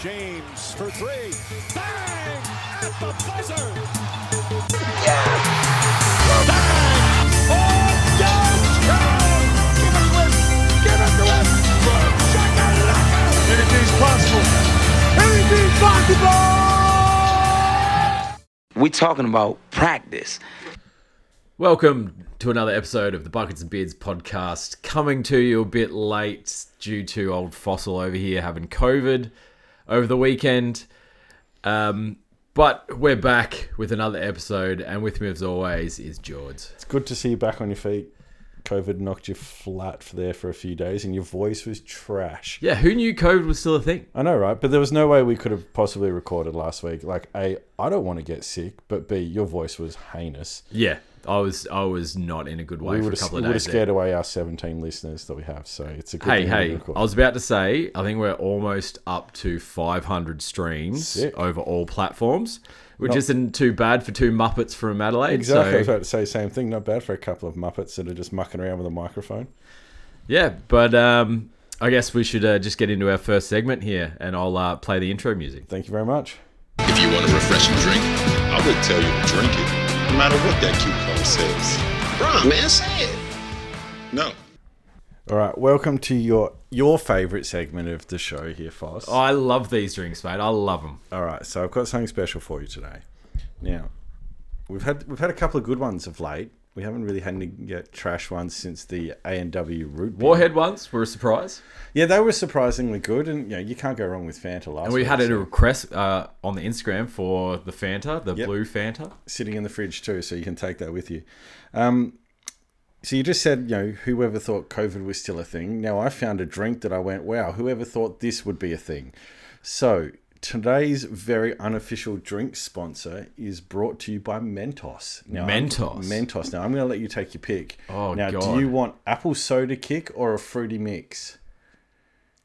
James for three. Bang! At the buzzer! Yes! Bang! Oh, yes! Yes! Give it to him! Give it to him! Shakalaka! Anything's possible. Anything's possible! We talking about practice. Welcome to another episode of the Buckets and Beards podcast. Coming to you a bit late due to old fossil over here having COVID over the weekend. Um, but we're back with another episode, and with me as always is George. It's good to see you back on your feet. COVID knocked you flat for there for a few days, and your voice was trash. Yeah, who knew COVID was still a thing? I know, right? But there was no way we could have possibly recorded last week. Like, a, I don't want to get sick, but b, your voice was heinous. Yeah, I was I was not in a good way We for a would have, couple of days. there. scared away our 17 listeners that we have. So it's a good Hey, thing we hey, recorded. I was about to say, I think we're almost up to 500 streams Sick. over all platforms, which isn't too bad for two Muppets from Adelaide. Exactly. I was So, about to say the same thing. Not bad for a couple of Muppets that are just mucking around with a microphone. yeah, but um, I guess we should uh, just get into our first segment here and I'll uh, play the intro music. Thank you very much. If you want a refreshing drink, I would tell you to drink it, no matter what that cucumber says. Bruh, man, say it. No. All right. Welcome to your your favorite segment of the show here, Foss. I love these drinks, mate. I love them. All right, so I've got something special for you today. Now, we've had we've had a couple of good ones of late. We haven't really had any yet trash ones since the A and W root. beer. Warhead ones were a surprise. Yeah, they were surprisingly good, and you know, you can't go wrong with Fanta last. And we week, had a so- request uh, on the Instagram for the Fanta, the Yep. blue Fanta. sitting in the fridge too, so you can take that with you. Um, so you just said, you know, whoever thought COVID was still a thing. Now I found a drink that I went, wow, whoever thought this would be a thing. So today's very unofficial drink sponsor is brought to you by Mentos. Now, I'm- Mentos? Mentos. Now I'm going to let you take your pick. Oh, now God. do you want apple soda kick or a fruity mix?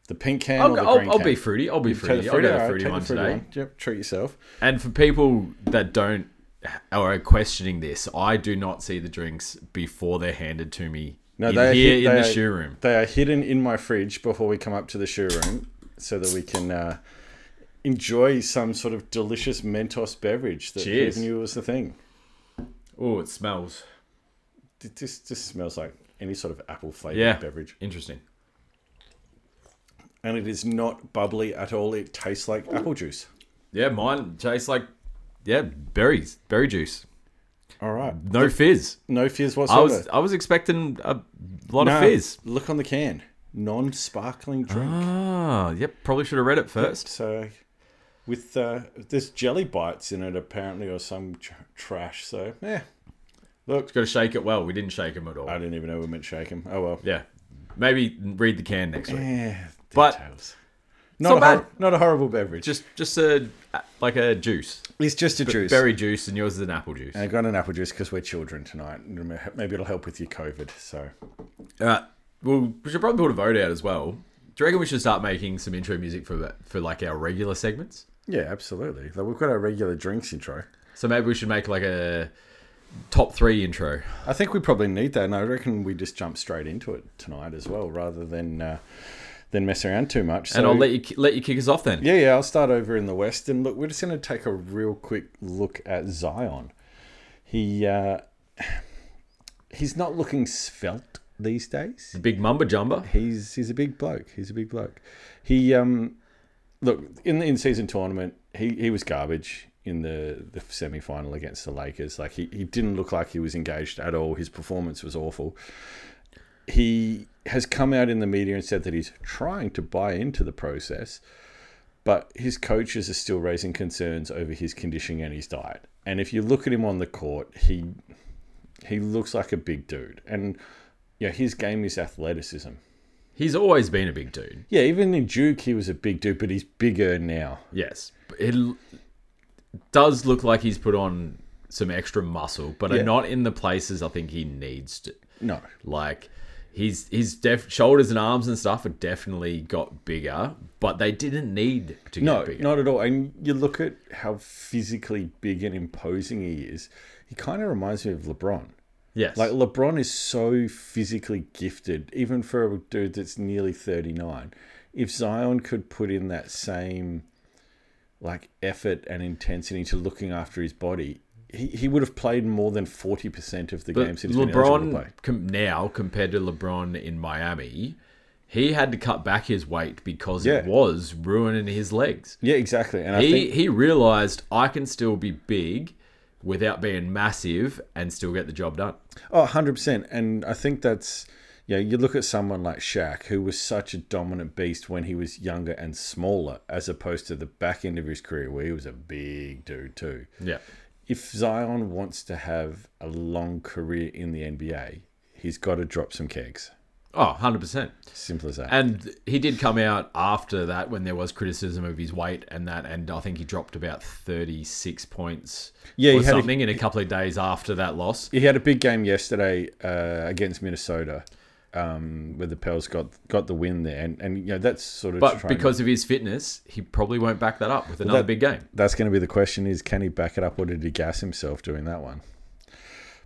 The pink can or I'll, the I'll, green I'll can? be fruity. I'll be Take the fruity. I'll get all a right, fruity take the one fruity today. Yep, treat yourself. And for people that don't or are questioning this, I do not see the drinks before they're handed to me in are here in hid- the they are- shoe room. They are hidden in my fridge before we come up to the shoe room, so that we can uh, enjoy some sort of delicious Mentos beverage that Cheers. who knew was the thing. Oh, it smells. Th- This this smells like any sort of apple flavored Yeah, beverage, Interesting. and it is not bubbly at all. It tastes like apple juice. Yeah, mine tastes like yeah berries, berry juice. All right, No fizz. no fizz I whatsoever. was I was expecting a lot No, of fizz. Look on the can, non-sparkling drink. Ah, yep. Probably should have read it first. So, with uh, there's jelly bites in it apparently, or some tr- trash. So, yeah. Look, Got to shake it well. We didn't shake them at all. I didn't even know we meant shake him. Oh well. yeah. Maybe read the can next week. Yeah, But- details. not not, a hor- bad. not a horrible beverage. Just just a like a juice, it's just a juice. berry juice, and yours is an apple juice. I got an apple juice because we're children tonight. Maybe it'll help with your COVID. So All right. Uh, Well, we should probably put a vote out as well. Do you reckon we should start making some intro music for the- for like our regular segments? yeah, absolutely. Like we've got our regular drinks intro. So maybe we should make like a top three intro. I think we probably need that, and I reckon we just jump straight into it tonight as well, rather than uh, than mess around too much. So, and I'll let you ki- let you kick us off then. yeah, yeah. I'll start over in the west, and look, we're just going to take a real quick look at Zion. He uh, he's not looking svelte these days. Big mumba jumba. he's he's a big bloke. He's a big bloke. He um look in the in season tournament, he he was garbage in the the semi final against the Lakers. Like he, he didn't look like he was engaged at all. His performance was awful. He has come out in the media and said that he's trying to buy into the process, but his coaches are still raising concerns over his conditioning and his diet. And if you look at him on the court, he he looks like a big dude. And yeah, his game is athleticism. He's always been a big dude. Yeah, even in Duke, he was a big dude, but he's bigger now. Yes, But it l- does look like he's put on some extra muscle, but Yeah. not in the places I think he needs to. No. Like his his def- shoulders and arms and stuff have definitely got bigger, but they didn't need to get No, bigger. not at all. And you look at how physically big and imposing he is, he kind of reminds me of LeBron. yes. Like, LeBron is so physically gifted, even for a dude that's nearly 39. If Zion could put in that same like effort and intensity to looking after his body, he, he would have played more than forty percent of the But games he's been eligible to play. LeBron com- now compared to LeBron in Miami, he had to cut back his weight because it Yeah. was ruining his legs. Yeah, exactly. And I He think he realized I can still be big without being massive and still get the job done. Oh, 100%. And I think that's, you know, you look at someone like Shaq, who was such a dominant beast when he was younger and smaller, as opposed to the back end of his career where he was a big dude, too. Yeah. If Zion wants to have a long career in the NBA, he's got to drop some kegs. Oh, 100%. Simple as that. And he did come out after that when there was criticism of his weight and that, and I think he dropped about 36 points Yeah, he or had a- something in a couple of days after that loss. he had a big game yesterday uh, against Minnesota. Um, where the Pels got got the win there, and, and you know that's sort of But trying- because of his fitness, he probably won't back that up with another that- big game. that's going to be the question is can he back it up or did he gas himself doing that one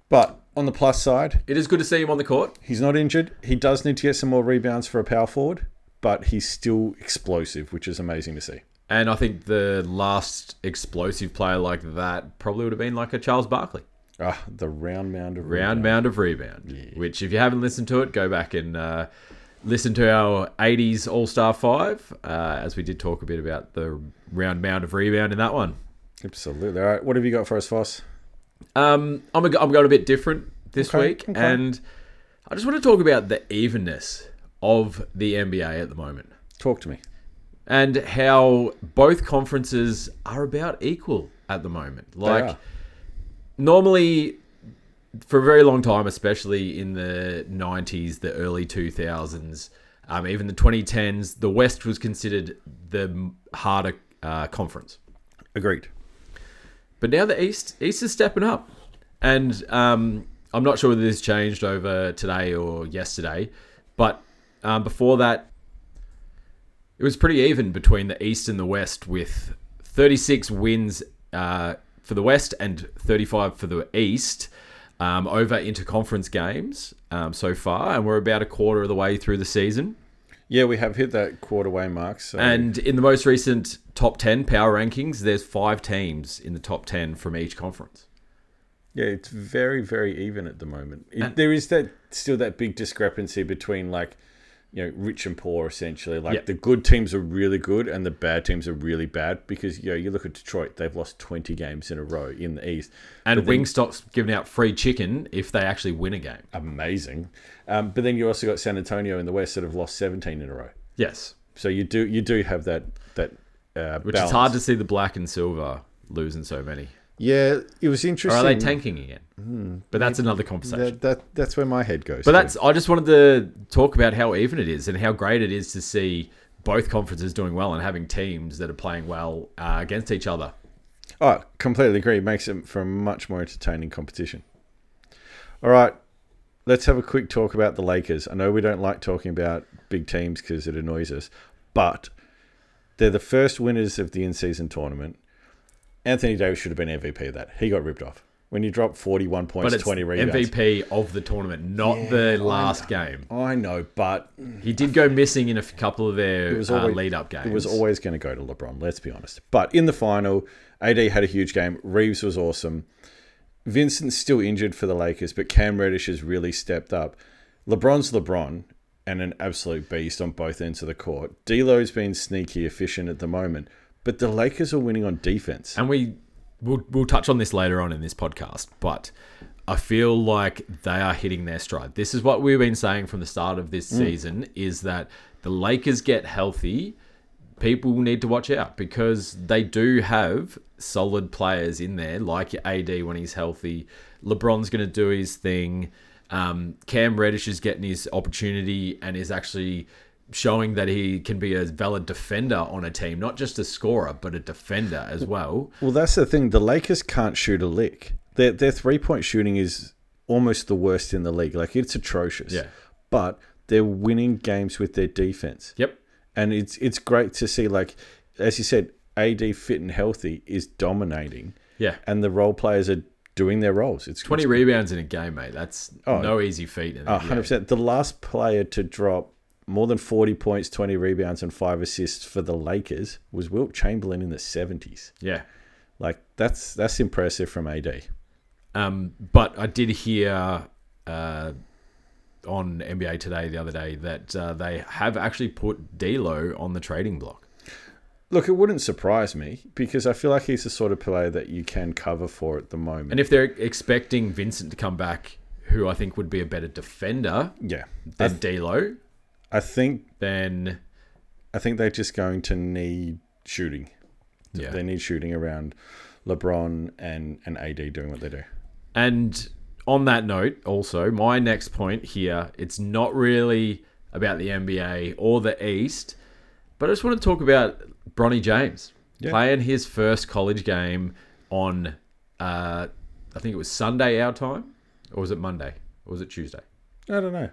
but on the plus side It is good to see him on the court. he's not injured he does need to get some more rebounds for a power forward but he's still explosive which is amazing to see And I think the last explosive player like that probably would have been like a Charles Barkley. ah the round mound of Round mound of rebound. Which, if you haven't listened to it, go back and uh, listen to our 80s All Star 5, uh, as we did talk a bit about the round mound of rebound in that one. absolutely all right what have you got for us Foss Um, I'm, a, I'm going a bit different this Okay, week, okay. and I just want to talk about the evenness of the NBA at the moment talk to me and how both conferences are about equal at the moment. Like, are. normally, for a very long time, especially in the 90s, the early 2000s, um, even the 2010s, the West was considered the harder uh, conference. agreed But now the East East is stepping up, and um, I'm not sure whether this changed over today or yesterday, but um, before that, it was pretty even between the East and the West, with 36 wins uh, for the West and 35 for the East um, over interconference games um, so far, and we're about a quarter of the way through the season. yeah we have hit that quarter way mark so And in the most recent top 10 power rankings, there's five teams in the top 10 from each conference. Yeah, it's very, very even at the moment. It, there is that still that big discrepancy between like, you know, rich and poor essentially. Like Yeah. the good teams are really good and the bad teams are really bad because you know you look at Detroit, they've lost twenty games in a row in the East. And But then- Wingstop's giving out free chicken if they actually win a game. amazing. Um, but then you also got San Antonio in the West that have lost seventeen in a row. Yes, So you do you do have that that. Uh, which is hard to see the black and silver losing so many. Yeah, it was Or interesting. are they tanking again? but that's another conversation. Hmm. that, that that's where my head goes. but that's I just wanted to talk about how even it is and how great it is to see both conferences doing well and having teams that are playing well uh, against each other. Oh, completely agree. It makes it for a much more entertaining competition. All right, let's have a quick talk about the Lakers. I know we don't like talking about big teams because it annoys us, but they're the first winners of the in season tournament. Anthony Davis should have been MVP of that. He got ripped off. When you drop 41 points, But it's 20 rebounds. MVP of the tournament, not the last game. I know, but He did go missing in a f- couple of their it was uh, always lead-up games. It was always going to go to LeBron. Let's be honest. But in the final, AD had a huge game. Reeves was awesome. Vincent's still injured for the Lakers, but Cam Reddish has really stepped up. LeBron's LeBron and an absolute beast on both ends of the court. D'Lo's been sneaky efficient at the moment, but the Lakers are winning on defense. and we we'll, we'll touch on this later on in this podcast but i feel like they are hitting their stride this is what we've been saying from the start of this season is that the lakers get healthy people need to watch out because they do have solid players in there like your ad when he's healthy lebron's going to do his thing um, cam reddish is getting his opportunity and is actually showing that he can be a valid defender on a team not just a scorer but a defender as well Well, that's the thing. The Lakers can't shoot a lick. Their their three point shooting is almost the worst in the league. Like it's atrocious. Yeah. But they're winning games with their defense. Yep. and it's it's great to see like as you said ad fit and healthy is dominating Yeah. and the role players are doing their roles it's 20 rebounds in a game, mate. That's no easy feat. In the Oh, NBA. 100% the last player to drop more than 40 points, 20 rebounds, and five assists for the Lakers was Wilt Chamberlain in the 70s. Yeah. Like that's that's impressive from AD. Um, but I did hear uh, on NBA Today the other day that uh, they have actually put D'Lo on the trading block. Look, it wouldn't surprise me because I feel like he's the sort of player that you can cover for at the moment. And if they're expecting Vincent to come back, who I think would be a better defender yeah, I, than D'Lo, I think then I think they're just going to need shooting. yeah. They need shooting around LeBron and and AD doing what they do. And on that note, also, my next point here, it's not really about the NBA or the East, but I just want to talk about Bronny James Yeah. playing his first college game on, uh, I think it was Sunday our time, or was it Monday, or was it Tuesday? I don't know.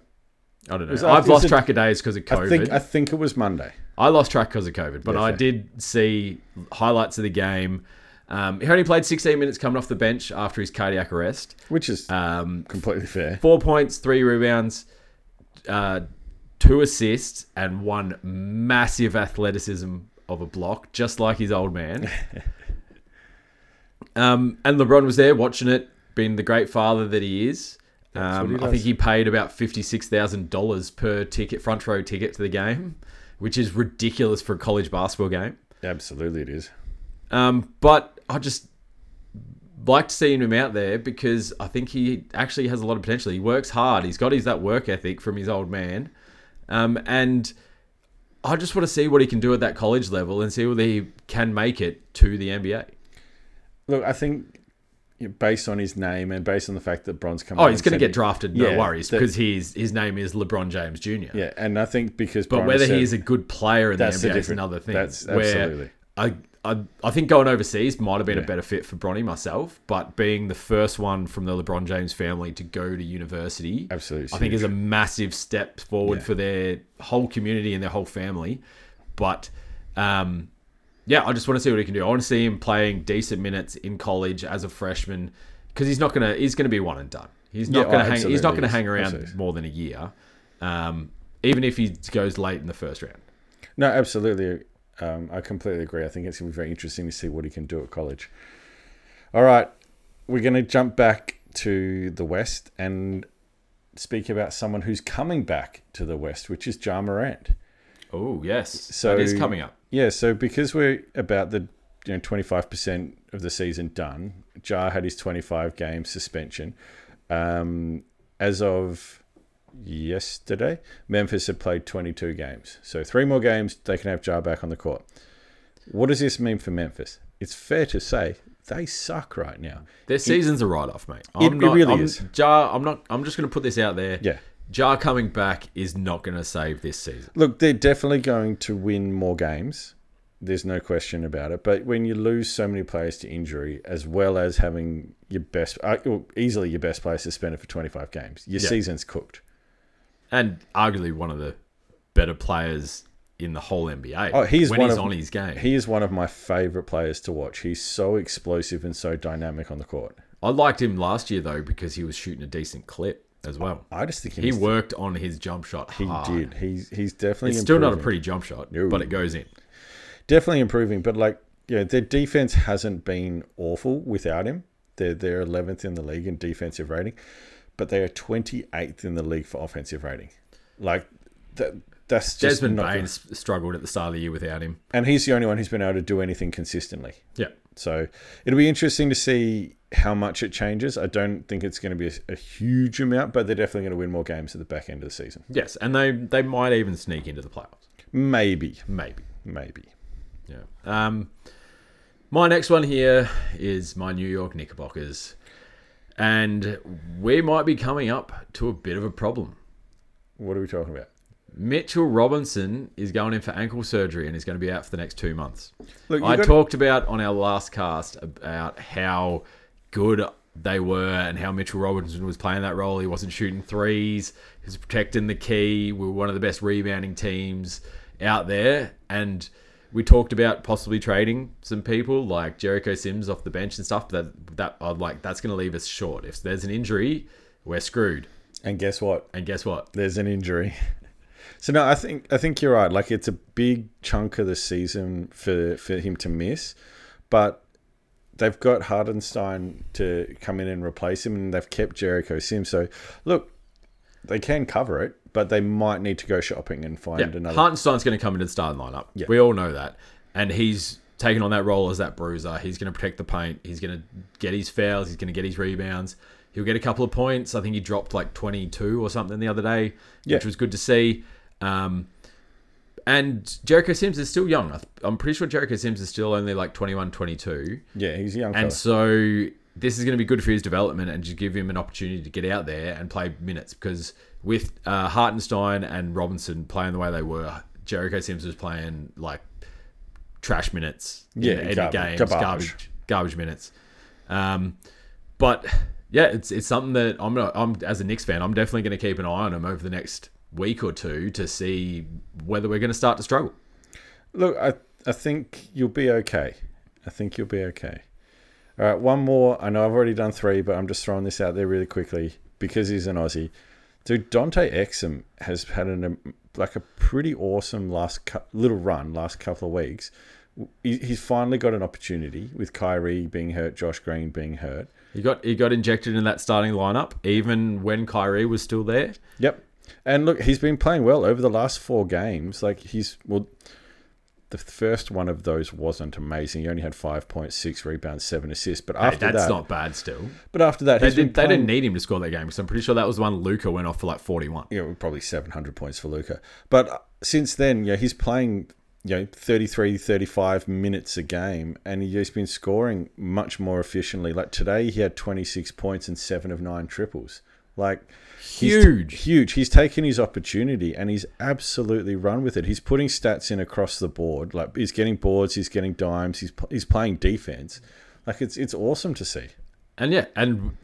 I don't know. was- I've it was lost a- track of days because of COVID. I think I think it was Monday. I lost track because of COVID, but Yeah, I fair. did see highlights of the game. Um, he only played 16 minutes coming off the bench after his cardiac arrest. Which is Um, completely fair. four points, three rebounds, uh, two assists, and one massive athleticism of a block, just like his old man. um, and LeBron was there watching it, being the great father that he is. what he Um, I does. think he paid about fifty-six thousand dollars per ticket, front row ticket to the game, which is ridiculous for a college basketball game. Absolutely, it is. Um, but I just like to see him out there because I think he actually has a lot of potential. He works hard. He's got his that work ethic from his old man, um, and I just want to see what he can do at that college level and see whether he can make it to the NBA. Look, I think you know, based on his name and based on the fact that Bron's coming, Oh, out he's and going to said get he- drafted. No Yeah, worries, that- because his his name is LeBron James Jr. Yeah, and I think because But Bron whether has said- he is a good player in the That's the NBA is different- another thing. that's- absolutely. I, I, I think going overseas might have been a better fit for Bronny myself, but being the first one from the LeBron James family to go to university, Absolutely I think is a huge. massive step forward Yeah. for their whole community and their whole family. But um, yeah, I just want to see what he can do. I want to see him playing decent minutes in college as a freshman because he's not gonna he's gonna be one and done. He's not Yeah, oh, gonna hang. He's absolutely, not gonna he's- hang around absolutely. more than a year, um, even if he goes late in the first round. no, absolutely. Um, I completely agree. I think it's going to be very interesting to see what he can do at college. All right, we're going to jump back to the West and speak about someone who's coming back to the West, which is Ja Morant. Oh yes, so So- that is coming up. Yeah, so because we're about the you know twenty five percent of the season done, Jar had his twenty five game suspension. Um, as of yesterday, Memphis had played twenty two games, so three more games they can have Jar back on the court. What does this mean for Memphis? It's fair to say they suck right now. Their season's a write-off, mate. it really I'm, is. Jar, I'm not. I'm just going to put this out there. Yeah. Jar coming back is not going to save this season. Look, they're definitely going to win more games. There's no question about it. But when you lose so many players to injury, as well as having your best, uh, well, easily your best player suspended for 25 games, your Yeah. season's cooked. and arguably one of the better players in the whole NBA. Oh, he's when one he's of, on his game. He is one of my favorite players to watch. He's so explosive and so dynamic on the court. I liked him last year though because he was shooting a decent clip as well. I just think He he's- worked on his jump shot He hard. did. He's he's definitely It's still not a improving. pretty jump shot, No. but it goes in. definitely improving, but like you know, their defense hasn't been awful without him. They're they're eleventh in the league in defensive rating, but they are twenty eighth in the league for offensive rating. Like that that's just Desmond not Bain s- struggled at the start of the year without him. and he's the only one who's been able to do anything consistently. Yeah. So it'll be interesting to see how much it changes. I don't think it's going to be a, a huge amount, but they're definitely going to win more games at the back end of the season. Yes, and they they might even sneak into the playoffs. Maybe, Maybe. maybe. Yeah. Um, my next one here is my New York Knickerbockers, and we might be coming up to a bit of a problem. What are we talking about? Mitchell Robinson is going in for ankle surgery and is going to be out for the next two months. Look, you I got- talked about on our last cast about how good they were and how Mitchell Robinson was playing that role. He wasn't shooting threes, he was protecting the key. We were one of the best rebounding teams out there. And we talked about possibly trading some people like Jericho Sims off the bench and stuff. That that I'd like that's going to leave us short. If there's an injury, we're screwed. And guess what? And guess what? There's an injury. So no, I think I think you're right. Like it's a big chunk of the season for for him to miss, but they've got Hardenstein to come in and replace him, and they've kept Jericho Sims. So look, they can cover it, but they might need to go shopping and find Yeah, another. Hartenstein's going to come into the starting lineup. We all know that, and he's taking on that role as that bruiser. He's going to protect the paint. He's going to get his fouls. He's going to get his rebounds. He'll get a couple of points. I think he dropped like twenty two or something the other day, Yeah. which was good to see. Um, and Jericho Sims is still young. I th- I'm pretty sure Jericho Sims is still only like 21, 22. yeah, he's a young. And fella. so this is going to be good for his development and just give him an opportunity to get out there and play minutes because with uh, Hartenstein and Robinson playing the way they were, Jericho Sims was playing like trash minutes, in- Yeah, in the garbage- games, garbage. garbage, garbage minutes. Um, but yeah, it's it's something that I'm not, I'm as a Knicks fan, I'm definitely going to keep an eye on him over the next week or two to see whether we're going to start to struggle. Look, I I think you'll be okay. I think you'll be okay. All right, one more. I know I've already done three, but I'm just throwing this out there really quickly because he's an Aussie. Dude, Dante Exum has had an um, like a pretty awesome last cou- little run last couple of weeks. He- He's finally got an opportunity with Kyrie being hurt, Josh Green being hurt. He got he got injected in that starting lineup even when Kyrie was still there. Yep. And look, he's been playing well over the last four games. Like he's well, the first one of those wasn't amazing. He only had five points, six rebounds, seven assists. But after That's that, not bad still. but after that, They, he's been did, they playing- didn't need him to score that game because I'm pretty sure that was one Luca went off for like 41. you know, probably 700 points for Luca. But uh, since then, yeah, he's playing, you know, 33, 35 minutes a game and he's been scoring much more efficiently. Like today, he had 26 points and seven of nine triples. Like, he's- Huge. huge. He's taken his opportunity and he's absolutely run with it. He's putting stats in across the board. Like, he's getting boards, he's getting dimes, he's, pl- he's playing defense. Like, it's, it's awesome to see. And yeah, and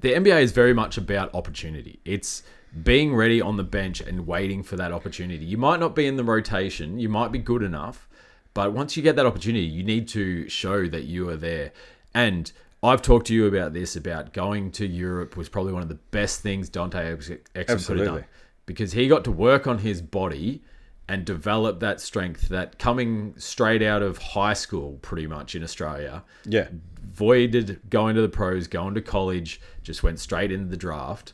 the NBA is very much about opportunity. It's being ready on the bench and waiting for that opportunity. You might not be in the rotation, you might be good enough, but once you get that opportunity, you need to show that you are there. And I've talked to you about this about going to Europe was probably one of the best things Dante Ex- Exum could have Absolutely. done because he got to work on his body and develop that strength that coming straight out of high school pretty much in Australia Yeah. voided going to the pros, going to college, just went straight into the draft.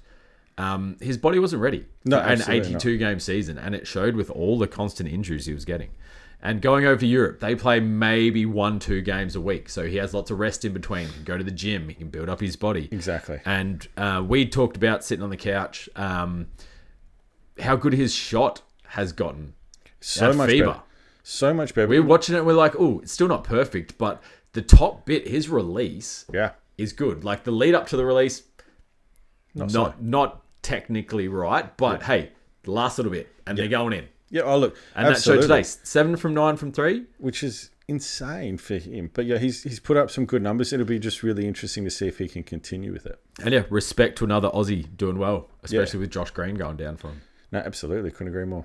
Um, his body wasn't ready No, for an absolutely not. 82 game season, and it showed with all the constant injuries he was getting. And going over to Europe, they play maybe one, two games a week, so he has lots of rest in between. He can go to the gym, he can build up his body. Exactly. And uh, we talked about sitting on the couch, um, how good his shot has gotten. So That much fever. better. So much better. We're watching it, and we're like, oh, it's still not perfect, but the top bit, his release, yeah. is good. Like the lead up to the release, not so. not, technically right, but hey, the last little bit, and they're going in. Yeah. Oh, look. And that showed today seven from nine from three. which is insane for him. But yeah, he's he's put up some good numbers. It'll be just really interesting to see if he can continue with it. And yeah, respect to another Aussie doing well, especially with Josh Green going down for him. No, absolutely, couldn't agree more.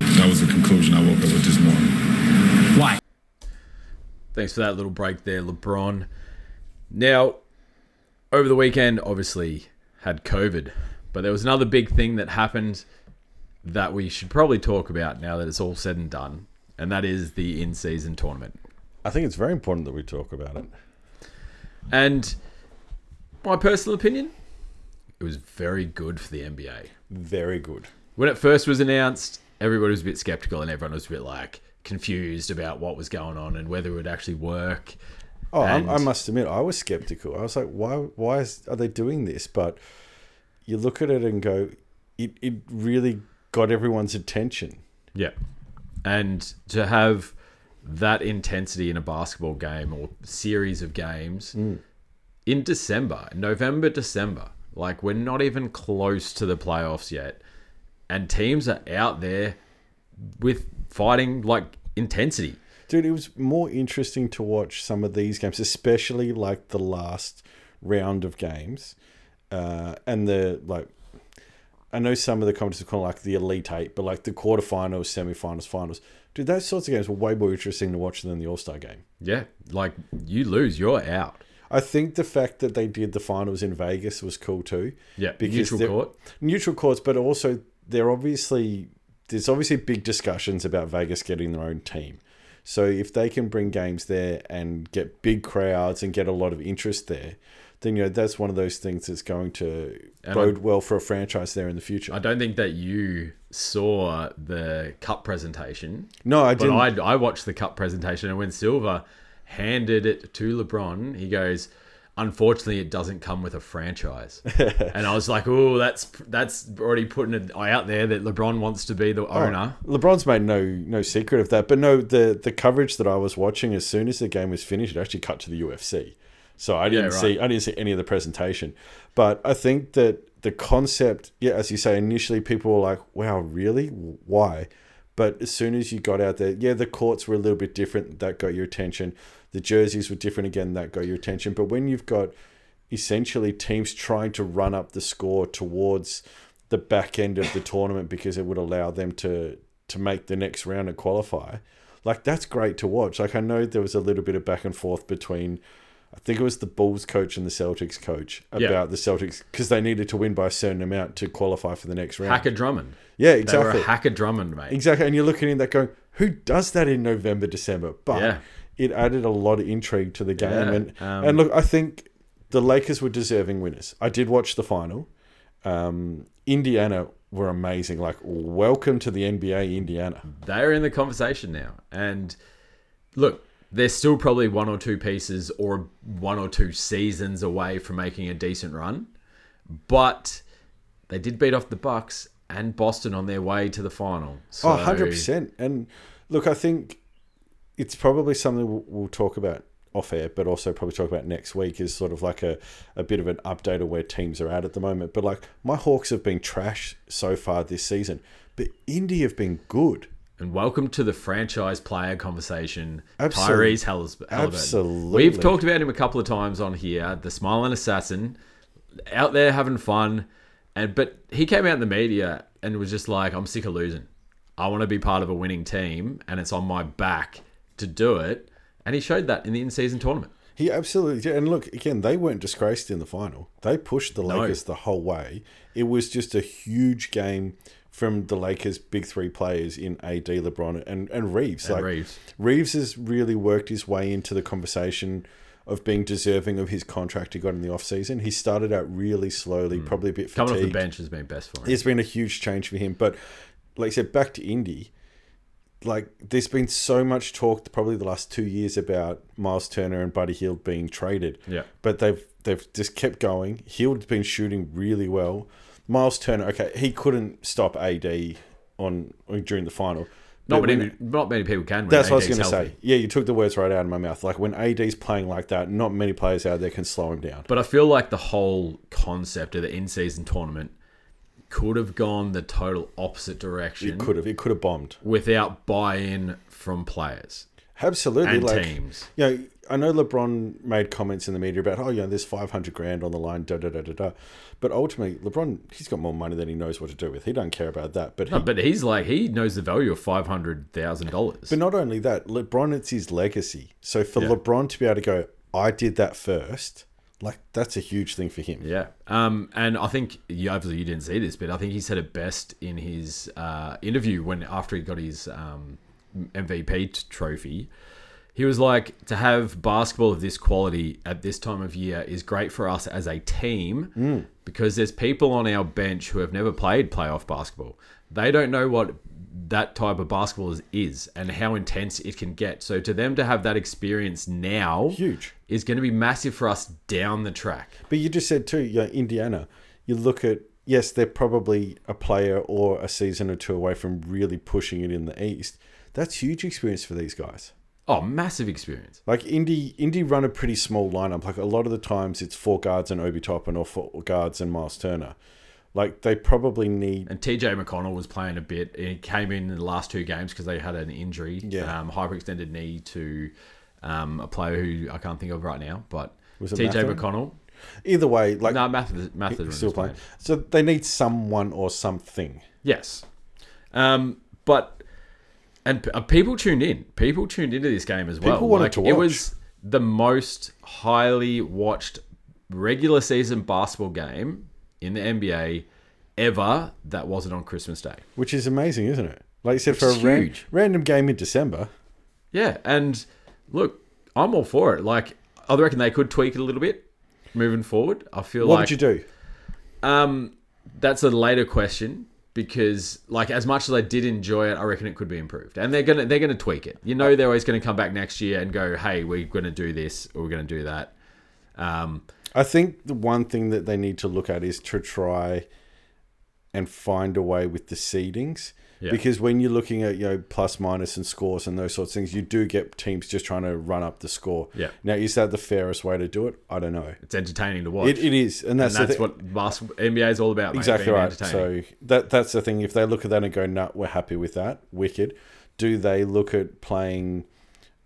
That was the conclusion I woke up with this morning. Thanks for that little break there, LeBron. Now, over the weekend, obviously had COVID, but there was another big thing that happened that we should probably talk about now that it's all said and done, and that is the in-season tournament. I think it's very important that we talk about it. And my personal opinion, it was very good for the NBA. Very good. When it first was announced, everybody was a bit skeptical and everyone was a bit like confused about what was going on and whether it would actually work. Oh, I, I And- must admit, I was skeptical. I was like, why? Why is, are they doing this? But you look at it and go, it, it really got everyone's attention. Yeah. And to have that intensity in a basketball game or series of games in December, November, December, like we're not even close to the playoffs yet. And teams are out there with fighting like intensity. Dude, it was more interesting to watch some of these games, especially like the last round of games, uh, and the like. I know some of the competitions are kind of like the elite eight, but like the quarterfinals, semifinals, finals. Dude, those sorts of games were way more interesting to watch than the All Star game. Yeah. Like you lose, you're out. I think the fact that they did the finals in Vegas was cool too. Yeah, because neutral they're- court. neutral courts, but also they're obviously there's obviously big discussions about Vegas getting their own team. So if they can bring games there and get big crowds and get a lot of interest there, then you know that's one of those things that's going to And bode I- well for a franchise there in the future. I don't think that you saw the cup presentation, no, I but didn't. I, I watched the cup presentation, and when Silva handed it to LeBron, he goes, "Unfortunately, it doesn't come with a franchise," and I was like, "Oh, that's that's already putting an eye out there that LeBron wants to be the Oh. owner." LeBron's made no no secret of that, but no, the the coverage that I was watching as soon as the game was finished, it actually cut to the UFC. So I didn't right. see I didn't see any of the presentation, but I think that the concept, yeah, as you say, initially people were like, "Wow, really? Why?" But as soon as you got out there, yeah, the courts were a little bit different. That got your attention. The jerseys were different again. That got your attention. But when you've got essentially teams trying to run up the score towards the back end of the tournament because it would allow them to to make the next round and qualify. Like that's great to watch. Like I know there was a little bit of back and forth between I think it was the Bulls coach and the Celtics coach Yeah. about the Celtics because they needed to win by a certain amount to qualify for the next round. Hacker Drummond, yeah, they were exactly. a Hacker Drummond, mate. Exactly. And you're looking at that going, who does that in November, December? But Yeah. it added a lot of intrigue to the game. Yeah, And, um, and look, I think the Lakers were deserving winners. I did watch the final. Um, Indiana were amazing. Like, welcome to the NBA, Indiana. they're in the conversation now. And look, they're still probably one or two pieces or one or two seasons away from making a decent run. But they did beat off the Bucks and Boston on their way to the final. So, Oh, 100%. And look, I think it's probably something we'll, we'll talk about off air, but also probably talk about next week is sort of like a, a bit of an update of where teams are at at the moment. But like, my Hawks have been trash so far this season, but Indy have been good. And welcome to the franchise player conversation, Absolutely. Tyrese Hallis- Halliburton. Absolutely. We've talked about him a couple of times on here, the smiling assassin, out there having fun. And but he came out in the media and was just like, I'm sick of losing. I want to be part of a winning team and it's on my back to do it. And he showed that in the in season tournament. He absolutely did. And look, again, they weren't disgraced in the final. They pushed the Lakers the whole way. It was just a huge game from the Lakers' big three players in AD, LeBron, and, and Reeves. like, Reeves. Reeves has really worked his way into the conversation of being deserving of his contract he got in the offseason. He started out really slowly, probably a bit fatigued. Hmm. Coming off the bench has been best for him. It's been a huge change for him. But like I said, back to Indy, like there's been so much talk probably the last two years about Miles Turner and Buddy Hield being traded. Yeah. But they've they've just kept going. Hield's been shooting really well. Miles Turner, okay, he couldn't stop AD on during the final. Not But when- many, not many people can. when that's what I was AD's going to healthy. say. Yeah, you took the words right out of my mouth. Like when AD's playing like that, not many players out there can slow him down. But I feel like the whole concept of the in season tournament could have gone the total opposite direction It could have. It could have bombed. without buy in from players Absolutely. and like, teams. you know, I know LeBron made comments in the media about, oh, you know, there's 500 grand on the line, da da da da da. But ultimately, LeBron, he's got more money than he knows what to do with. He don't care about that. But, No, he, but he's like, he knows the value of $500,000. but not only that, LeBron, it's his legacy. So for LeBron to be able to go, I did that first, like that's a huge thing for him. Yeah. Um, and I think you, obviously you didn't see this, but I think he said it best in his uh, interview when after he got his um, MVP t- trophy. He was like, to have basketball of this quality at this time of year is great for us as a team because there's people on our bench who have never played playoff basketball. They don't know what that type of basketball is, is and how intense it can get. So to them to have that experience now Huge. is going to be massive for us down the track. But you just said too, you know, Indiana. You look at yes, they're probably a player or a season or two away from really pushing it in the East. That's huge experience for these guys. Oh, massive experience. Like Indy, Indy run a pretty small lineup. Like a lot of the times, it's four guards and Obi Toppin, or four guards and Miles Turner. Like they probably need. And TJ McConnell was playing a bit. He came in in the last two games because they had an injury, Yeah. um, hyperextended knee to um, a player who I can't think of right now. But Was it TJ Mathurin? McConnell, Either way, like no, Mathis, Mathis was still playing. So they need someone or something. Yes, um, but and p- uh, people tuned in. People tuned into this game as well. People wanted to It watch. was the most highly watched regular season basketball game in the NBA ever that wasn't on Christmas Day. which is amazing, isn't it? Like you said, for a is ran- huge. random game in December. Yeah, and look, I'm all for it. Like, I reckon they could tweak it a little bit moving forward. I feel What like would you do? um, that's a later question because, like, as much as I did enjoy it, I reckon it could be improved, and they're gonna they're gonna tweak it. You know, they're always gonna come back next year and go, "Hey, we're gonna do this or we're gonna do that." Um, I think the one thing that they need to look at is to try and find a way with the seedings. Yeah. Because when you're looking at you know plus minus and scores and those sorts of things, you do get teams just trying to run up the score. Yeah. Now is that the fairest way to do it? I don't know. it's entertaining to watch. It, it is, and that's, and that's the thing. what bas- NBA is all about. Mate, exactly being right. entertaining. So that that's the thing. If they look at that and go, "Nah, we're happy with that," wicked. Do they look at playing,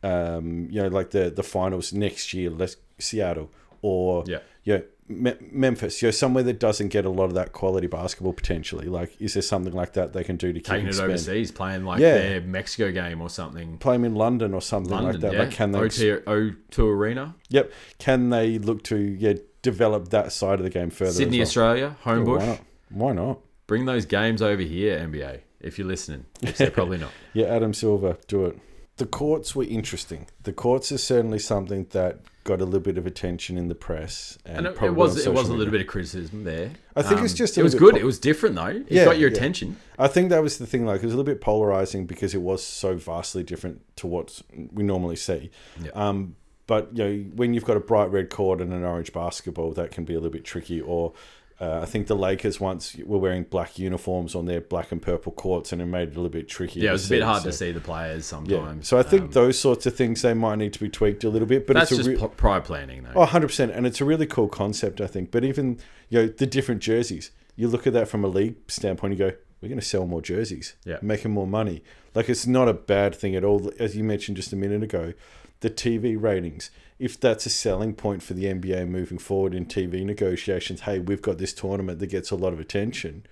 um, you know, like the the finals next year, let's Seattle or Yeah. you know, Me- Memphis, you know, somewhere that doesn't get a lot of that quality basketball potentially. Like, is there something like that they can do to keep taking it expand- overseas, playing like Yeah. their Mexico game or something. Play them in London or something London, like that. yeah. Like, can they? ex- OT, O2 Arena, Yep. Can they look to yeah develop that side of the game further? as Sydney, well? Australia, Why Homebush. not? Why not? Bring those games over here, NBA, if you're listening. Which they're probably not. Yeah, Adam Silver, do it. The courts were interesting. The courts is certainly something that got a little bit of attention in the press, and, And it, it probably on was it social was a little media. bit of criticism there. Um, I think it's just a it was little bit good. It pop- was different though. It Yeah, got your yeah. attention. I think that was the thing. Like, it was a little bit polarizing because it was so vastly different to what we normally see. Yeah. Um, but you know, when you've got a bright red cord and an orange basketball, that can be a little bit tricky. Or uh, I think the Lakers once were wearing black uniforms on their black and purple courts, and it made it a little bit tricky. Yeah, it was a see, bit hard so- to see the players Yeah. sometimes. So I think Um, those sorts of things they might need to be tweaked a little bit. But that's it's a just real pl- prior planning though. Oh, 100%. And it's a really cool concept, I think. But even, you know, the different jerseys, you look at that from a league standpoint, you go, we're going to sell more jerseys, Yeah. making more money. Like, it's not a bad thing at all. As you mentioned just a minute ago, the TV ratings, if that's a selling point for the NBA moving forward in TV negotiations, hey, we've got this tournament that gets a lot of attention.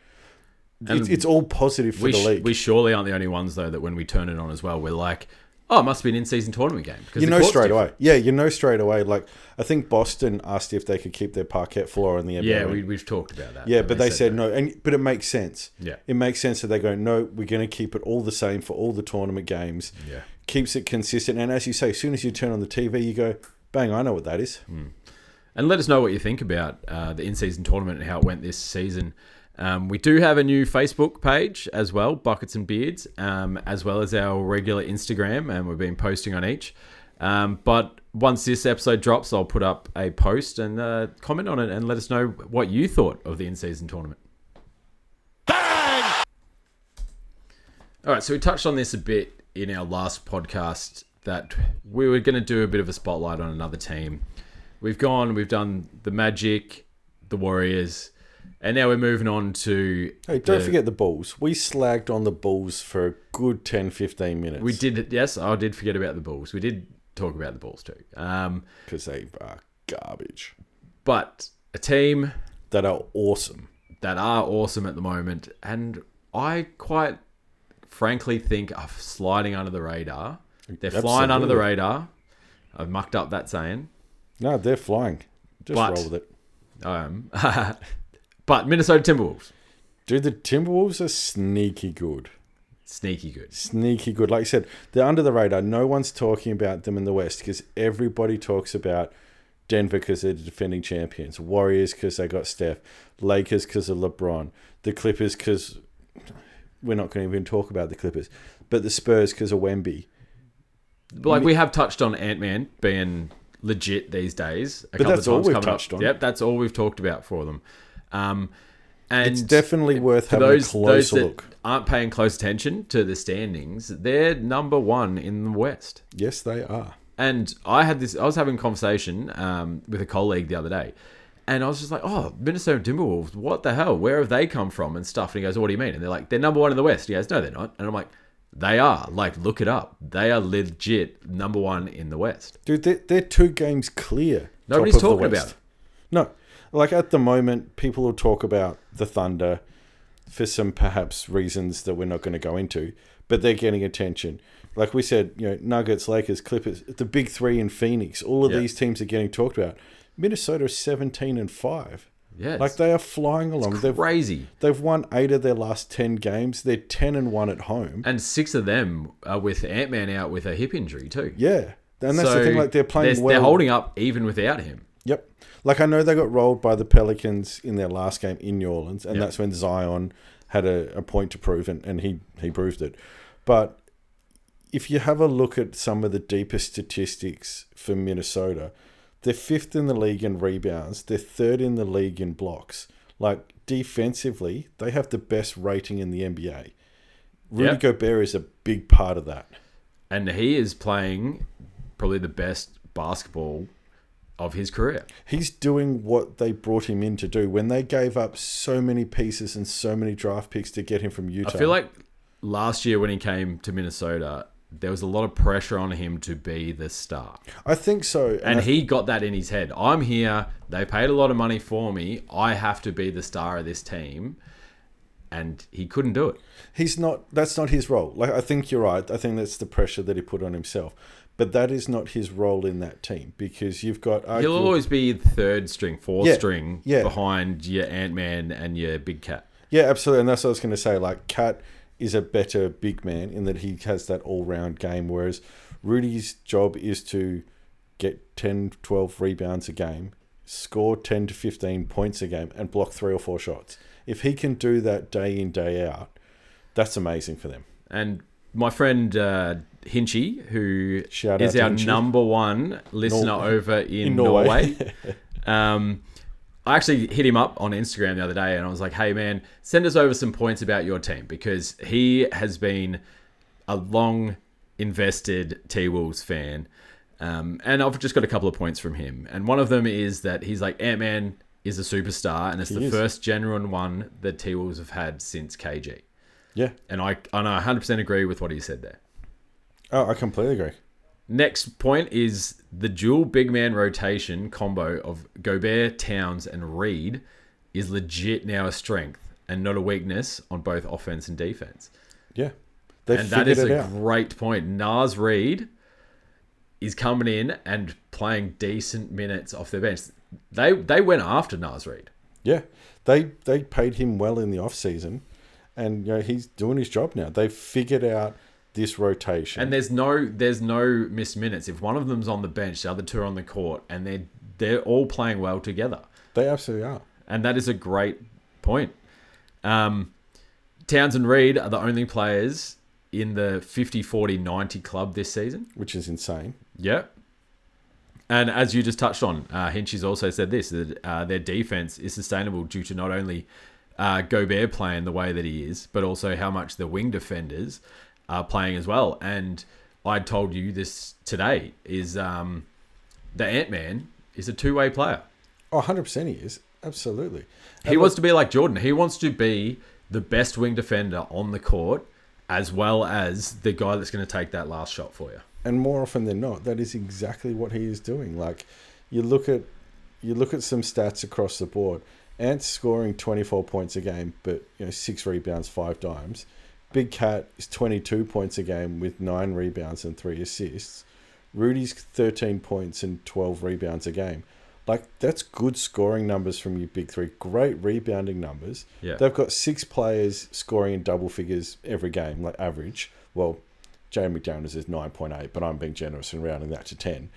It's, it's all positive for we, the sh- league. we surely aren't the only ones though that when we turn it on as well, we're like, oh, it must be an in-season tournament game because you the know court's straight different. away. Yeah, you know straight away. Like, I think Boston asked if they could keep their parquet floor in the NBA. Yeah, went, we, we've talked about that. Yeah, when but they, said that. no, and but it makes sense. Yeah. it makes sense that they go no. We're going to keep it all the same for all the tournament games. Yeah. keeps it consistent. And as you say, as soon as you turn on the TV, you go, bang! I know what that is. Mm. And let us know what you think about uh, the in-season tournament and how it went this season. Um, we do have a new Facebook page as well, Buckets and Beards, um, as well as our regular Instagram, and we've been posting on each. Um, but once this episode drops, I'll put up a post and uh, comment on it and let us know what you thought of the in-season tournament. All right, so we touched on this a bit in our last podcast that we were going to do a bit of a spotlight on another team. We've gone, we've done the Magic, the Warriors, and now we're moving on to. Hey, don't the- forget the Bulls. We slagged on the Bulls for a good 10, 15 minutes. We did, yes, I did forget about the Bulls. We did talk about the Bulls too. Um, because they are garbage. but a team That are awesome. that are awesome at the moment, and I quite frankly think are sliding under the radar. They're flying under the Absolutely. radar. I've mucked up that saying. No, they're flying. Just But- roll with it. Um, but Minnesota Timberwolves, Dude, the Timberwolves are sneaky good. sneaky good. sneaky good. Like you said, they're under the radar. No one's talking about them in the West because everybody talks about Denver because they're the defending champions, Warriors because they got Steph, Lakers because of LeBron, the Clippers because we're not going to even talk about the Clippers, but the Spurs because of Wemby. But like we have touched on Ant Man being legit these days. A But couple that's of all times we've coming up. touched on. Yep, that's all we've talked about for them. Um, and It's definitely worth for having those a those close that look. aren't paying close attention to the standings, they're number one in the West. Yes, they are. And I had this. I was having a conversation um, with a colleague the other day, and I was just like, "Oh, Minnesota Timberwolves. What the hell? Where have they come from?" And stuff. And he goes, "What do you mean?" And they're like, "They're number one in the West." He goes, "No, they're not." And I'm like, "They are. Like, look it up. They are legit number one in the West." Dude, they're, they're two games clear. Nobody's top of the talking West. about it. No. Like at the moment, people will talk about the Thunder for some perhaps reasons that we're not going to go into, but they're getting attention. Like we said, you know, Nuggets, Lakers, Clippers, the big three in Phoenix, all of Yeah. these teams are getting talked about. Minnesota is 17 and 5. Yeah, Like it's they are flying along. They've crazy. they've won eight of their last ten games. They're ten and one at home. And six of them are with Ant Man out with a hip injury too. Yeah, and that's the So thing. Like they're playing they're, well. They're holding up even without him. Yep. Like I know they got rolled by the Pelicans in their last game in New Orleans, and that's when Zion had a, a point to prove, and, and he he proved it. But if you have a look at some of the deeper statistics for Minnesota, they're fifth in the league in rebounds, they're third in the league in blocks. Like defensively, they have the best rating in the NBA. Rudy Yep. Gobert is a big part of that. And he is playing probably the best basketball of his career. he's doing what they brought him in to do when they gave up so many pieces and so many draft picks to get him from Utah. I feel like last year when he came to Minnesota, there was a lot of pressure on him to be the star. I think so. And, And I- he got that in his head. I'm here. They paid a lot of money for me. I have to be the star of this team. And he couldn't do it. he's not that's not his role. Like I think you're right. I think that's the pressure that he put on himself. But that is not his role in that team because you've got He'll arguably- always be third string, fourth Yeah, string yeah. behind your Ant Man and your Big Cat. Yeah, absolutely. And that's what I was going to say. Like, Cat is a better big man in that he has that all round game, whereas Rudy's job is to get 10, 12 rebounds a game, score 10 to 15 points a game, and block three or four shots. If he can do that day in, day out, that's amazing for them. And my friend uh, Hinchy, who is Shout out to our Hinchy. number one listener Nor- over in, in Norway. Norway, um, I actually hit him up on Instagram the other day and I was like, hey, man, send us over some points about your team because he has been a long invested T Wolves fan. Um, and I've just got a couple of points from him. And one of them is that he's like, Ant Man is a superstar and it's the is. first genuine one that T Wolves have had since KG. Yeah. And I and I 100% agree with what he said there. Oh, I completely agree. Next point is the dual big man rotation combo of Gobert, Towns, and Reed is legit now a strength and not a weakness on both offense and defense. Yeah. They And figured that is it a out. great point. Nas Reed is coming in and playing decent minutes off their bench. They they went after Nas Reed. Yeah, they they paid him well in the off season, and you know he's doing his job now. They've figured out this rotation. And there's no there's no missed minutes. If one of them's on the bench, the other two are on the court, and they're they're all playing well together. They absolutely are. and that is a great point. Um, Towns and Reed are the only players in the 50 40 90 club this season. Which is insane. Yep. And as you just touched on, uh, Hinchy's also said this that uh, their defense is sustainable due to not only uh, Gobert playing the way that he is, but also how much the wing defenders are playing as well. And I told you this today is um, the Ant Man is a two way player. Oh, 100% he is. Absolutely. He wants to be like Jordan. He wants to be the best wing defender on the court, as well as the guy that's going to take that last shot for you. And more often than not, that is exactly what he is doing. Like you look at you look at some stats across the board. Ant's scoring 24 points a game, but you know, 6 rebounds, 5 dimes. Big Cat is 22 points a game with 9 rebounds and 3 assists. Rudy's 13 points and 12 rebounds a game. Like that's good scoring numbers from your big 3. Great rebounding numbers. Yeah. They've got six players scoring in double figures every game, like average. Well, Jamie McDonald's is 9.8, but I'm being generous and rounding that to 10.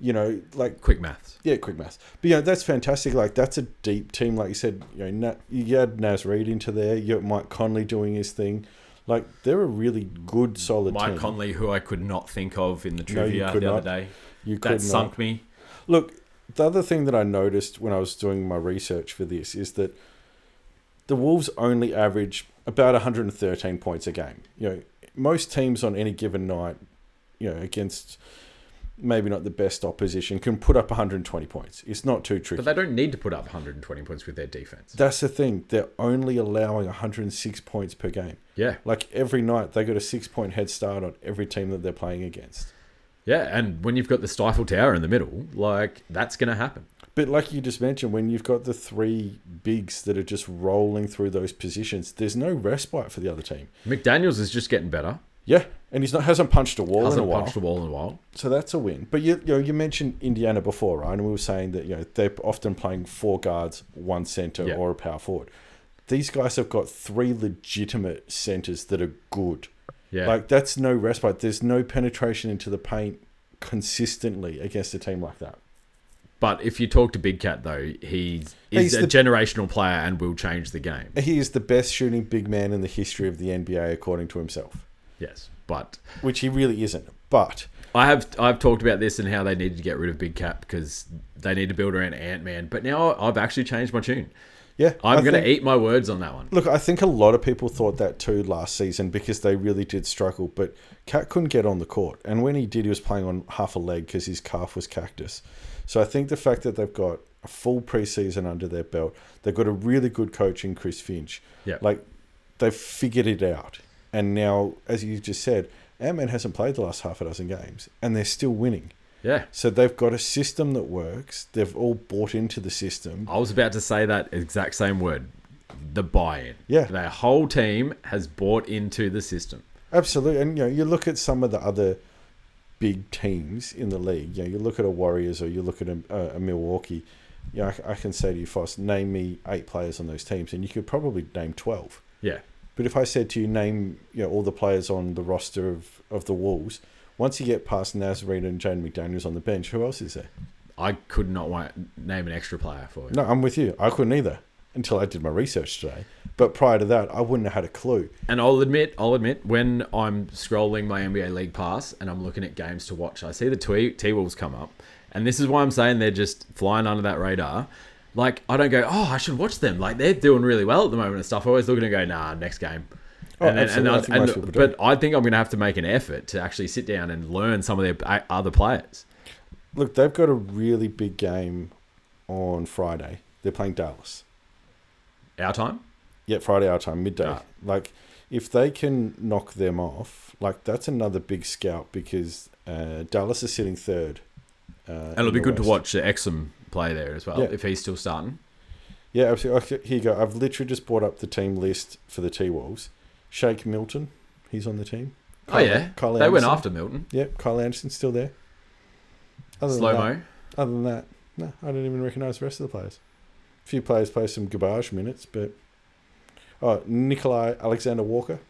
You know, like Quick maths. yeah, quick maths. But you know, that's fantastic. Like that's a deep team. Like you said, you know, Nat, you had Nas Reed into there. You got Mike Conley doing his thing. Like they're a really good, solid Mike team. Conley, who I could not think of in the you trivia could the not. other day. you That could not. sunk me. Look, the other thing that I noticed when I was doing my research for this is that the Wolves only average about 113 points a game. You know, most teams on any given night, you know, against maybe not the best opposition, can put up 120 points. It's not too tricky. But they don't need to put up 120 points with their defense. That's the thing. They're only allowing 106 points per game. Yeah. Like every night, they got a six point head start on every team that they're playing against. Yeah. And when you've got the Stifle Tower in the middle, like, that's going to happen. But like you just mentioned, when you've got the three bigs that are just rolling through those positions, there's no respite for the other team. McDaniels is just getting better. Yeah, and he's not hasn't punched a wall in a Hasn't while. punched a wall in a while. So that's a win. But you, you know, you mentioned Indiana before, right? And we were saying that you know they're often playing four guards, one center, Yeah. or a power forward. These guys have got three legitimate centers that are good. Yeah. Like that's no respite. There's no penetration into the paint consistently against a team like that. But if you talk to Big Cat though, he's, is He's a the- generational player and will change the game. He is the best shooting big man in the history of the NBA, according to himself, Yes, but which he really isn't. But I have I've talked about this and how they need to get rid of Big Cat because they need to build around Ant Man. But now I've actually changed my tune. yeah, I'm going eat. to eat my words on that one. Look, I think a lot of people thought that too last season because they really did struggle. But Cat couldn't get on the court, and when he did, he was playing on half a leg because his calf was cactus. So I think the fact that they've got a full preseason under their belt, they've got a really good coach in Chris Finch. Yeah. like they've figured it out, and now, as you just said, Ant-Man hasn't played the last half a dozen games, and they're still winning. Yeah. So they've got a system that works. They've all bought into the system. I was about to say that exact same word. The buy-in. Yeah. Their whole team has bought into the system. Absolutely, and you know, you look at some of the other big teams in the league. You know, you look at a Warriors or you look at a, a, a Milwaukee. You know, I c- I, can say to you, Foss, name me eight players on those teams, and you could probably name twelve. Yeah. But if I said to you, name you know all the players on the roster of, of the Wolves, once you get past Nazarene and Jane McDaniel's on the bench, who else is there? I could not want, name an extra player for you. No, I'm with you. I couldn't either until I did my research today. But prior to that, I wouldn't have had a clue. And I'll admit, I'll admit, when I'm scrolling my NBA League Pass and I'm looking at games to watch, I see the T Wolves come up. And this is why I'm saying they're just flying under that radar. Like, I don't go, oh, I should watch them. Like, they're doing really well at the moment and stuff. I always look at it and go, nah, next game. Oh, and, then- and, absolutely. I think I- most and- people do. but I think I'm going to have to make an effort to actually sit down and learn some of their uh, other players. Look, they've got a really big game on Friday. They're playing Dallas. Our time? Yeah, Friday our time, midday. Ah. Like, if they can knock them off, like that's another big scout because uh, Dallas is sitting third. Uh, And it'll be good to watch the Exum play there as well, Yeah. if he's still starting. Yeah, absolutely. Okay, here you go. I've literally just brought up the team list for the T Wolves. Shake Milton, he's on the team. Oh, yeah. Kyle they went Anderson. after Milton. Yep, Kyle Anderson's still there. Other than Slow that- mo. Other than that, no, I don't even recognise the rest of the players. A few players play some garbage minutes, but oh, Nikolai Alexander Walker,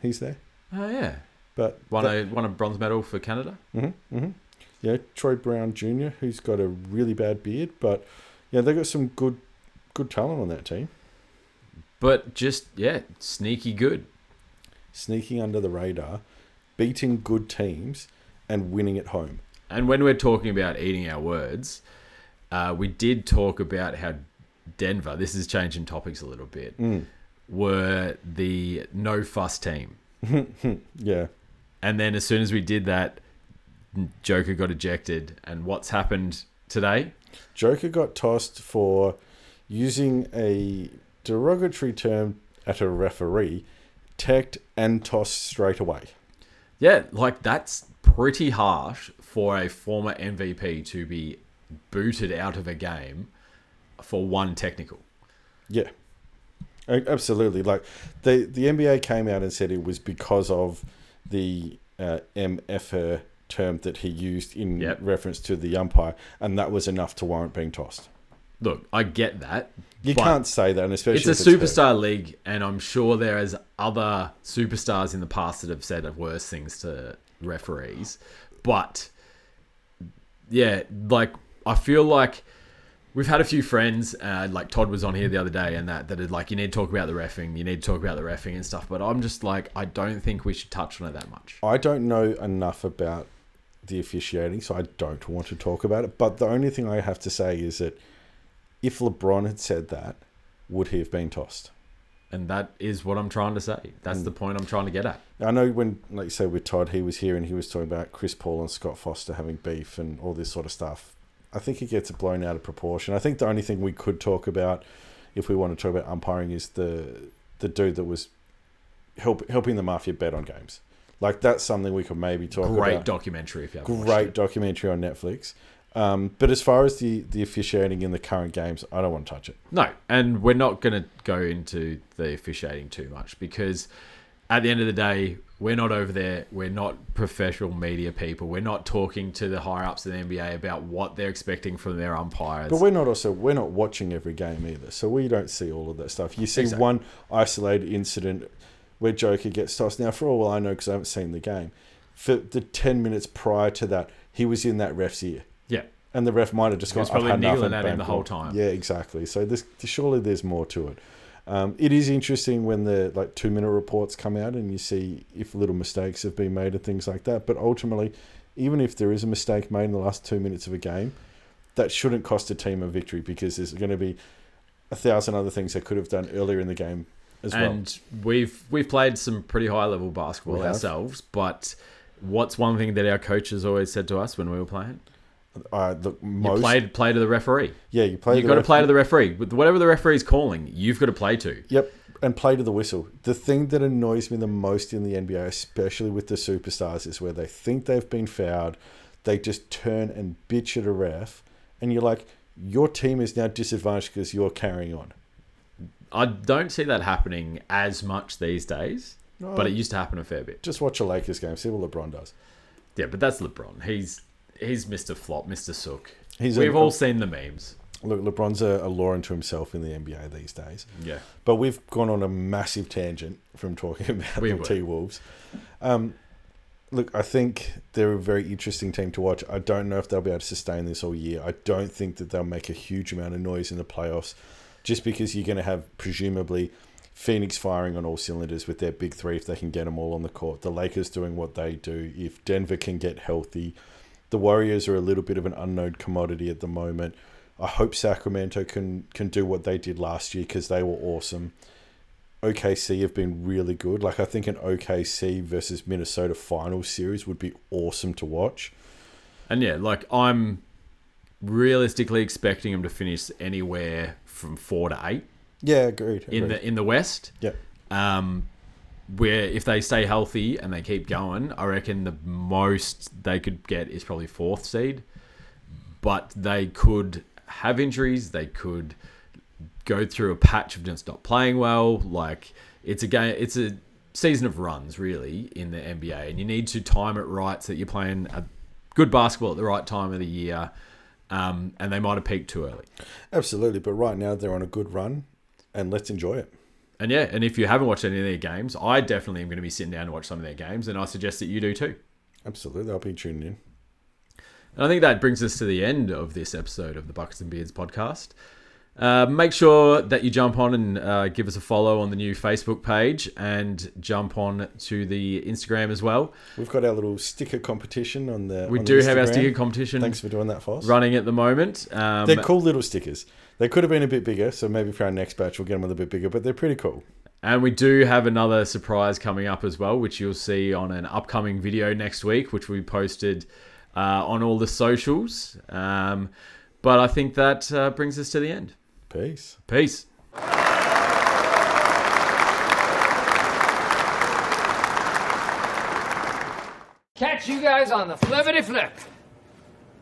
he's there. Oh, yeah. But Won that, a, won a bronze medal for Canada. Mhm, mhm. yeah, Troy Brown Jr., who's got a really bad beard, but yeah, they got some good, good talent on that team. but just yeah, sneaky good. Sneaking under the radar, beating good teams, and winning at home. And when we're talking about eating our words, uh, we did talk about how Denver. This is changing topics a little bit. Were the no fuss team, Yeah, and then as soon as we did that, Joker got ejected. And what's happened today? Joker got tossed for using a derogatory term at a referee, tagged and tossed straight away. Yeah, like that's pretty harsh for a former MVP to be booted out of a game for one technical. Yeah, A- absolutely. Like the the NBA came out and said it was because of the uh, mf'er term that he used in Yep. reference to the umpire, and that was enough to warrant being tossed. Look, I get that. You but- can't say that, and especially it's if a her. superstar league, and I'm sure there is other superstars in the past that have said worse things to referees. But yeah, like I feel like we've had a few friends, uh, like Todd was on here the other day, and that that are like you need to talk about the refing, you need to talk about the refing and stuff. But I'm just like I don't think we should touch on it that much. I don't know enough about the officiating, so I don't want to talk about it. But the only thing I have to say is that if LeBron had said that, would he have been tossed? And that is what I'm trying to say. That's Mm. the point I'm trying to get at. I know when, like you say, with Todd, he was here and he was talking about Chris Paul and Scott Foster having beef and all this sort of stuff. I think it gets blown out of proportion. I think the only thing we could talk about, if we want to talk about umpiring, is the the dude that was help, helping the mafia bet on games. Like that's something we could maybe talk about. Great documentary if you haven't watched great it. documentary on Netflix. Um, but as far as the, the officiating in the current games, I don't want to touch it. No, and we're not going to go into the officiating too much because at the end of the day, We're not over there. We're not professional media people. We're not talking to the higher ups in the NBA about what they're expecting from their umpires. But we're not also we're not watching every game either, so we don't see all of that stuff. You see one isolated incident where Joker gets tossed. Now, for all I know, because I haven't seen the game, for the ten minutes prior to that, he was in that ref's ear, yeah. and the ref might have just gone. was "I've probably had enough," niggling and at him banked the whole off. time. Yeah, exactly. So this surely there's more to it. Um, it is interesting when the like two minute reports come out and you see if little mistakes have been made and things like that. But ultimately, even if there is a mistake made in the last two minutes of a game, that shouldn't cost a team a victory because there's going to be a thousand other things they could have done earlier in the game as well. and we've we've played some pretty high level basketball We have. ourselves. But what's one thing that our coaches always said to us when we were playing? Uh, look, You most played play to the referee. yeah, you play. You've the got to ref- play to the referee. With whatever the referee's calling, you've got to play to. Yep, and play to the whistle. The thing that annoys me the most in the NBA, especially with the superstars, is where they think they've been fouled, they just turn and bitch at a ref, and you're like, your team is now disadvantaged because you're carrying on. I don't see that happening as much these days, but it used to happen a fair bit. Just watch a Lakers game, see what LeBron does. Yeah, but that's LeBron. He's he's Mr. Flop, Mr. Sook. He's We've a- all seen the memes. Look, LeBron's a, a law unto himself in the NBA these days. Yeah. But we've gone on a massive tangent from talking about We the were. T Wolves. Um, look, I think they're a very interesting team to watch. I don't know if they'll be able to sustain this all year. I don't think that they'll make a huge amount of noise in the playoffs just because you're going to have presumably Phoenix firing on all cylinders with their big three if they can get them all on the court. The Lakers doing what they do if Denver can get healthy. The Warriors are a little bit of an unknown commodity at the moment. I hope Sacramento can can do what they did last year because they were awesome. OKC have been really good. Like I think an OKC versus Minnesota final series would be awesome to watch. And yeah, like I'm realistically expecting him to finish anywhere from four to eight Yeah, agreed. in the in the West. yeah, Um, where if they stay healthy and they keep going, I reckon the most they could get is probably fourth seed. But they could have injuries. They could go through a patch of just not playing well. Like it's a game. It's a season of runs really in the NBA, and you need to time it right so that you're playing a good basketball at the right time of the year. Um, and they might have peaked too early. absolutely. But right now they're on a good run, and let's enjoy it. And yeah, and if you haven't watched any of their games, I definitely am going to be sitting down to watch some of their games, and I suggest that you do too. Absolutely, I'll be tuning in. And I think that brings us to the end of this episode of the Buckets and Beards podcast. Uh, make sure that you jump on and uh, give us a follow on the new Facebook page and jump on to the Instagram as well. We've got our little sticker competition on the. We on do the have our Instagram. sticker competition Thanks for doing that for us. running at the moment. Um, They're cool little stickers. They could have been a bit bigger, so maybe for our next batch we'll get them a little bit bigger. But they're pretty cool. And we do have another surprise coming up as well, which you'll see on an upcoming video next week, which we posted uh, on all the socials. Um, but I think that uh, brings us to the end. Peace. Peace. Catch you guys on the flippity flip.